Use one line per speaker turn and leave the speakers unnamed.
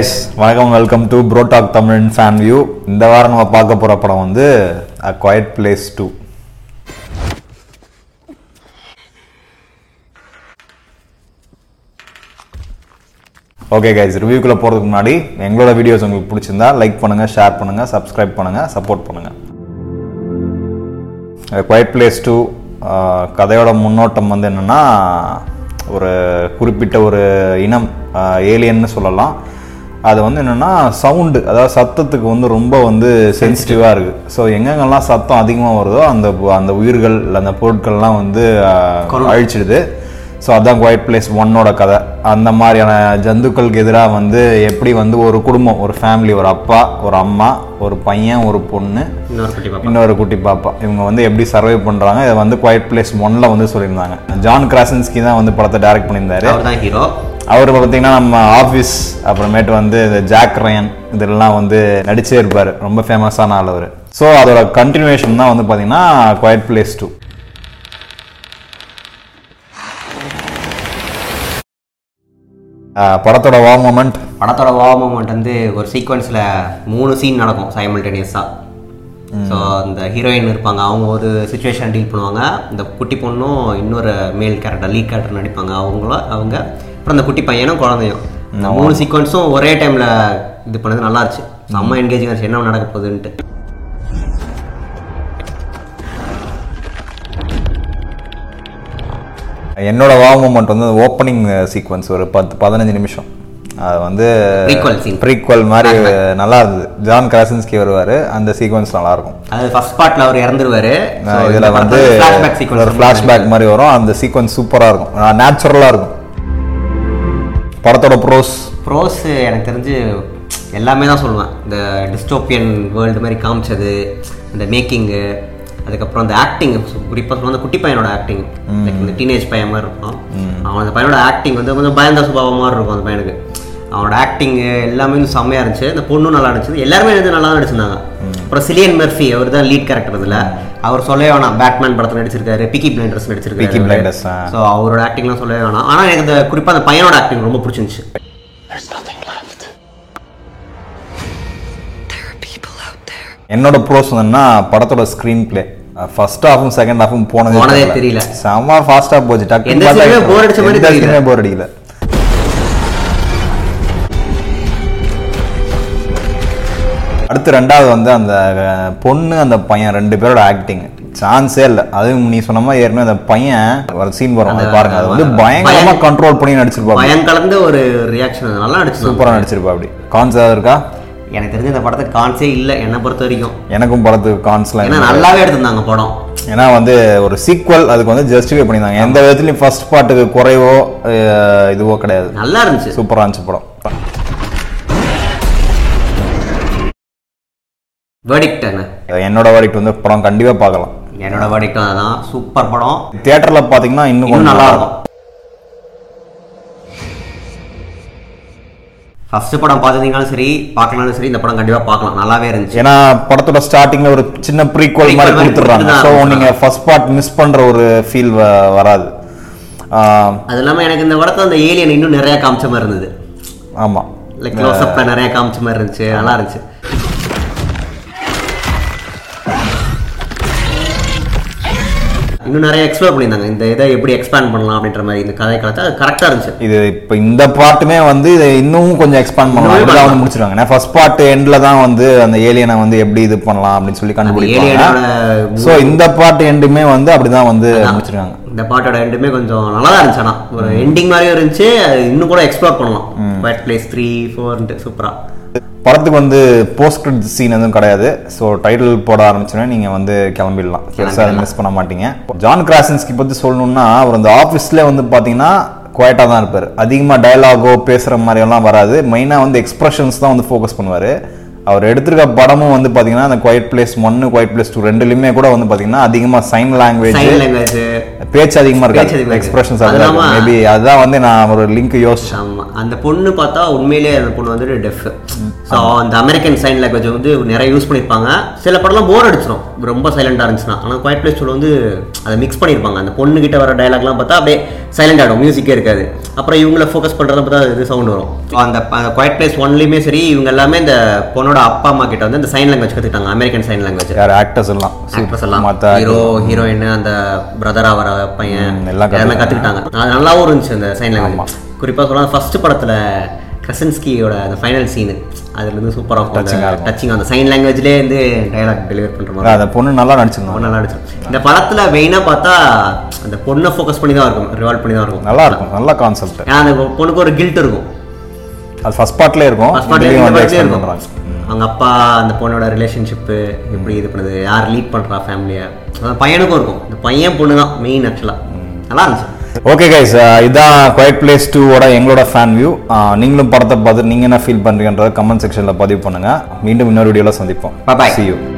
S வணக்கம் welcome to bro talk Tamil fan view இந்த வாரம் நம்ம பார்க்க போகிற படம் வந்து a quiet place two okay guys ரிவ்யூக்குள்ளே போகிறதுக்கு முன்னாடி எங்களோட வீடியோஸ் உங்களுக்கு பிடிச்சிருந்தா லைக் பண்ணுங்கள் ஷேர் பண்ணுங்கள் சப்ஸ்கிரைப் பண்ணுங்கள் சப்போர்ட் பண்ணுங்கள் குவைட் பிளேஸ் டூ uh, கதையோட முன்னோட்டம் வந்து என்னென்னா ஒரு குறிப்பிட்ட ஒரு இனம் ஏலியன்னு சொல்லலாம் அது வந்து என்னென்னா சவுண்டு அதாவது சத்தத்துக்கு வந்து ரொம்ப வந்து சென்சிட்டிவாக இருக்குது ஸோ எங்கெங்கெல்லாம் சத்தம் அதிகமாக வருதோ அந்த அந்த உயிர்கள் இல்லை அந்த பொருட்கள்லாம் வந்து ஆஹ், அழிச்சிடுது ஸோ அதான் குவைட் பிளேஸ் ஒன்னோட கதை அந்த மாதிரியான ஜந்துக்களுக்கு எதிராக வந்து எப்படி வந்து ஒரு குடும்பம் ஒரு ஃபேமிலி ஒரு அப்பா ஒரு அம்மா ஒரு பையன் ஒரு பொண்ணு
இன்னொரு குட்டி பாப்பா
இன்னொரு குட்டி பாப்பா இவங்க வந்து எப்படி சர்வை பண்றாங்க இதை வந்து குவைட் பிளேஸ் ஒன்ல வந்து சொல்லியிருந்தாங்க ஜான் கிராசன்ஸ்கி தான் வந்து படத்தை டைரக்ட் பண்ணியிருந்தாரு
அவர் தான் ஹீரோ
அவர் பார்த்தீங்கன்னா நம்ம ஆஃபீஸ் அப்புறமேட்டு வந்து இந்த ஜாக் ரயன் இதெல்லாம் வந்து நடிச்சே இருப்பார் ரொம்ப ஃபேமஸான ஆள் அவர் ஸோ அதோட கண்டினியூஷன் தான் வந்து பார்த்தீங்கன்னா குவைட் பிளேஸ் டூ படத்தோட வா மொமெண்ட்
படத்தோட ஓமமெண்ட் வந்து ஒரு சீக்வன்ஸில் மூணு சீன் நடக்கும் சைமல்டேனியஸாக ஸோ அந்த ஹீரோயின் இருப்பாங்க அவங்க ஒரு சுச்சுவேஷன் டீல் பண்ணுவாங்க இந்த குட்டி பொண்ணும் இன்னொரு மேல் கேரக்டர் லீட் கேரக்டர் நடிப்பாங்க அவங்களும் அவங்க அப்புறம் அந்த குட்டி பையனும் குழந்தையும் இந்த மூணு சீக்வன்ஸும் ஒரே டைமில் இது பண்ணது நல்லா இருந்துச்சு செம்ம என்கேஜிங் இருந்துச்சு என்ன நடக்க போகுதுன்ட்டு
என்னோட வா மூமெண்ட் வந்து ஓப்பனிங் சீக்வன்ஸ் ஒரு பத்து பதினஞ்சு நிமிஷம் அது வந்து
Prequel scene.
ப்ரீக்வல் மாதிரி நல்லா இருந்தது ஜான் கிராசன்ஸ்கி வருவார் அந்த சீக்வன்ஸ் நல்லா இருக்கும்
அதாவது ஃபர்ஸ்ட் பார்ட்டில் அவர் இறந்துருவாரு
இதில் வந்து
ஃப்ளாஷ்பேக்
ஒரு
சீக்வன்ஸ்
ஃப்ளாஷ்பேக் மாதிரி வரும் அந்த சீக்வன்ஸ் சூப்பராக இருக்கும் நேச்சுரலாக இருக்கும் படத்தோட ப்ரோஸ்
ப்ரோஸ் எனக்கு தெரிஞ்சு எல்லாமே தான் சொல்லுவேன் இந்த டிஸ்டோப்பியன் வேர்ல்டு மாதிரி காமிச்சது இந்த மேக்கிங்கு அதுக்கப்புறம் அந்த ஆக்டிங் குறிப்பாக சொல்லுவோம் அந்த குட்டி பையனோட ஆக்டிங் லைக் இந்த டீனேஜ் பையன் மாதிரி இருக்கும் அவன் அந்த பையனோட ஆக்டிங் வந்து கொஞ்சம் பயந்த சுபாவம் மாதிரி இருக்கும் அந்த பையனுக்கு அவனோட ஆக்டிங் எல்லாமே வந்து செம்மையாக இருந்துச்சு அந்த பொண்ணும் நல்லா இருந்துச்சு எல்லாருமே வந்து நல்லா தான் நடிச்சிருந்தாங்க அப்புறம் சிலியன் மெர்ஃபி அவர் தான் லீட் கேரக்டர் அதில் அவர் சொல்லவே வேணாம் பேட்மேன் படத்தில் நடிச்சிருக்காரு பிக்கி பிளைண்டர்ஸ்
Peaky
நடிச்சிருக்காரு
Blinders, ஆ.
ஸோ அவரோட ஆக்டிங்லாம் சொல்லவே வேணாம் ஆனால் எனக்கு அந்த குறிப்பாக அந்த பையனோட ஆக்டிங் ரொம்ப பிடிச்சிருந்துச்சு
There are people out there.
என்னோட ப்ரோஸ் என்னன்னா படத்தோட ஸ்க்ரீன் ப்ளே ஃபர்ஸ்ட் ஹாஃபும் செகண்ட் ஹாஃபும் போனதே
போனதே
தெரியல
தெரியல.
செம்ம ஃபாஸ்ட்டாக போச்சு
எந்த scene உமே bore அடிச்ச மாதிரி தெரியல.
டக்குன்னு போர் அடிக்கல அடுத்து ரெண்டாவது வந்து அந்த அஹ், பொண்ணு அந்த பையன் ரெண்டு பேரோட ஆக்டிங் சான்ஸே இல்லை அதுவும் நீ சொன்ன மாதிரி ஏற்கனவே அந்த பையன் ஒரு சீன் வரும் அது பாருங்க அது வந்து பயங்கரமா
பயம்.
கண்ட்ரோல் பண்ணி நடிச்சிருப்பாங்க
பயம் கலந்த ஒரு ரியாக்ஷன் நல்லா நடிச்சிருந்தோம்
சூப்பரா நடிச்சிருப்பா அப்படி கான்ஸ் ஏதாவது இருக்கா
எனக்கு தெரிஞ்ச இந்த படத்துக்கு கான்ஸே இல்லை என்னை பொறுத்த வரைக்கும்
எனக்கும் படத்துக்கு கான்ஸ்லாம்
ஏன்னா நல்லாவே எடுத்திருந்தாங்க படம்
ஏன்னா வந்து ஒரு சீக்வல் அதுக்கு வந்து ஜஸ்டிஃபை பண்ணியிருந்தாங்க எந்த விதத்துலையும் ஃபர்ஸ்ட் பார்ட்டுக்கு குறைவோ அஹ், இதுவோ கிடையாது
நல்லா இருந்துச்சு
சூப்பராக இருந்துச்சு படம்
வேடிக்ட் என்ன
என்னோட வரைக்கும் வந்து படம் கண்டிப்பாக பார்க்கலாம்
என்னோட வேடிக்ட் அதான் சூப்பர் படம்
தியேட்டரில் பார்த்தீங்கன்னா இன்னும்
இன்னும்
கொஞ்சம்
நல்லா இருக்கும் ஃபர்ஸ்ட் படம் பார்த்துருந்தீங்கனாலும் சரி பார்க்கலனாலும் சரி இந்த படம் கண்டிப்பாக பார்க்கலாம் நல்லாவே இருந்துச்சு
ஏன்னா படத்தோட ஸ்டார்டிங்ல ஒரு சின்ன ப்ரீக்வல்
Prequel
மாதிரி
மாதிரி
கொடுத்துட்றாங்க ஸோ
கொடுத்துதான்
நீங்க ஃபர்ஸ்ட் பார்ட் மிஸ் பண்ற ஒரு ஃபீல் வராது ஆஹ்,
அது இல்லாமல் எனக்கு இந்த படத்தை அந்த ஏலியன் இன்னும் நிறையா காமிச்ச மாதிரி இருந்தது
ஆமா
லைக் க்ளோஸ்அப்பில் நிறையா காமிச்ச மாதிரி இருந்துச்சு நல்லா இருந்துச்சு இன்னும் நிறைய எக்ஸ்ப்ளோர் பண்ணியிருந்தாங்க இந்த இதை எப்படி எக்ஸ்பேண்ட் பண்ணலாம் அப்படின்ற மாதிரி இந்த கதை கலத்தை அது கரெக்டாக இருந்துச்சு
இது இப்போ இந்த பார்ட்டுமே வந்து இதை இன்னும் கொஞ்சம் எக்ஸ்பாண்ட் பண்ணலாம்
இன்னும்
இப்படி
பண்ணலாம்.
வந்து முடிச்சிருவாங்க ஏன்னா ஃபர்ஸ்ட் பார்ட் எண்ட்ல தான் வந்து அந்த ஏலியனை வந்து எப்படி இது பண்ணலாம் அப்படின்னு சொல்லி கண்டுபிடிப்பாங்க
ஏலியனோட
ஸோ இந்த பார்ட் எண்டுமே வந்து அப்படிதான் வந்து முடிச்சிருக்காங்க
இந்த பாட்டோட ரெண்டுமே கொஞ்சம் நல்லா தான் இருந்துச்சு ஆனால் ஒரு எண்டிங் மாதிரியும் இருந்துச்சு அது இன்னும் கூட எக்ஸ்ப்ளோர் பண்ணலாம் பட் பிளேஸ் த்ரீ ஃபோர்ன்ட்டு சூப்பராக
படத்துக்கு வந்து போஸ்ட் சீன் எதுவும் கிடையாது ஸோ டைட்டில் போட ஆரம்பிச்சோன்னே நீங்க வந்து கிளம்பிடலாம் பெருசாக அதை மிஸ் பண்ண மாட்டீங்க ஜான் கிராசன்ஸ்கி பத்தி சொல்லணும்னா அவர் அந்த ஆஃபீஸ்ல வந்து பாத்தீங்கன்னா குவாய்ட்டாக தான் இருப்பார் அதிகமாக டயலாகோ பேசுகிற மாதிரியெல்லாம் வராது மெயினாக வந்து எக்ஸ்பிரஷன்ஸ் தான் வந்து ஃபோக்கஸ் பண்ணுவார் அவர் எடுத்திருக்க படமும் வந்து பாத்தீங்கன்னா அந்த குவைட் பிளேஸ் ஒன்று குவைட் பிளேஸ் டூ ரெண்டுலையுமே கூட வந்து பாத்தீங்கன்னா அதிகமாக சைன் லாங்குவேஜ்
சைன் லாங்குவேஜ்
பேச்சு அதிகமா
பேச்சு
இருக்காது
அதிகமா
எக்ஸ்பிரஷன்ஸ்
இருக்கு.
அதிகமாக
அது
இருக்கும்
இல்லாம-
மேபி அதுதான் வந்து நான் ஒரு லிங்க் யோசிச்சேன்
ஆமாம் அந்த பொண்ணு பார்த்தா உண்மையிலேயே அந்த பொண்ணு வந்துட்டு டெஃப் ஸோ அந்த அமெரிக்கன் சைன் லாங்குவேஜ் வந்து நிறைய யூஸ் பண்ணியிருப்பாங்க சில படம்லாம் போர் அடிச்சிடும் ரொம்ப சைலண்டாக இருந்துச்சுன்னா ஆனால் குவாய்ட் பிளேஸ் வந்து அதை மிக்ஸ் பண்ணியிருப்பாங்க அந்த பொண்ணுகிட்ட வர டயலாக்லாம் பார்த்தா அப்படியே சைலண்ட் ஆகிடும் மியூசிக்கே இருக்காது அப்புறம் இவங்கள ஃபோக்கஸ் பண்ணுறத பார்த்தா இது சவுண்ட் வரும் அந்த குவைட் பிளேஸ் ஒன்லையுமே சரி இவங்க எல்லாமே இந்த பொண்ணோட அப்பா அம்மா கிட்ட வந்து இந்த சைன் லாங்குவேஜ் கற்றுக்கிட்டாங்க அமெரிக்கன் சைன் லாங்குவேஜ்
யார் ஆக்டர்ஸ் எல்லாம்
ஆக்ட்ரஸ் எல்லாம்
மற்ற
ஹீரோ ஹீரோயின் அந்த பிரதரா வர பையன்
ம், எல்லாம்
எல்லாம் கற்றுக்கிட்டாங்க அது நல்லாவும் இருந்துச்சு அந்த சைன் லாங்குவேஜ் குறிப்பாக சொல்லலாம் ஃபர்ஸ்ட் படத்தில் கிரசன்ஸ்கியோட அந்த ஃபைனல் சீனு அதுல இருந்து சூப்பராக டச்சிங் அந்த சைன் லாங்குவேஜ்லேயே வந்து டயலாக் டெலிவர் பண்ணுற மாதிரி
அந்த பொண்ணு நல்லா நடிச்சிருந்தாங்க
ரொம்ப நல்லா நடிச்சிருக்கும் இந்த படத்துல மெயினா பார்த்தா அந்த பொண்ணை ஃபோக்கஸ் பண்ணி தான் இருக்கும் ரிவால்வ் பண்ணி தான் இருக்கும்
நல்லா இருக்கும் நல்ல கான்செப்ட்
ஏன்னா அந்த பொண்ணுக்கு ஒரு கில்ட் இருக்கும்
அது ஃபர்ஸ்ட் பார்ட்லேயே இருக்கும்
First part ல
இதுலயும்
இந்த
வந்து
part லயே
எக்ஸ்பிளைன்
இருக்கும்.
பண்ணுறாங்க
அவங்க அப்பா அந்த பொண்ணோட ரிலேஷன்ஷிப்பு எப்படி இது பண்ணுது யார் லீட் பண்றா ஃபேமிலியை பையனுக்கும் இருக்கும் இந்த பையன் பொண்ணு தான் மெயின் ஆக்சுவலா நல்லா இருந்துச்சு
ஓகே கைஸ் இதான் குவைட் பிளேஸ் டூவோட எங்களோட ஃபேன் வியூ நீங்களும் படத்தை பார்த்து நீங்கள் என்ன ஃபீல் பண்ணுறீங்கன்றத கமெண்ட் செக்ஷனில் பதிவு பண்ணுங்கள் மீண்டும் இன்னொரு வீடியோவில் சந்திப்போம்
Bye bye.
See you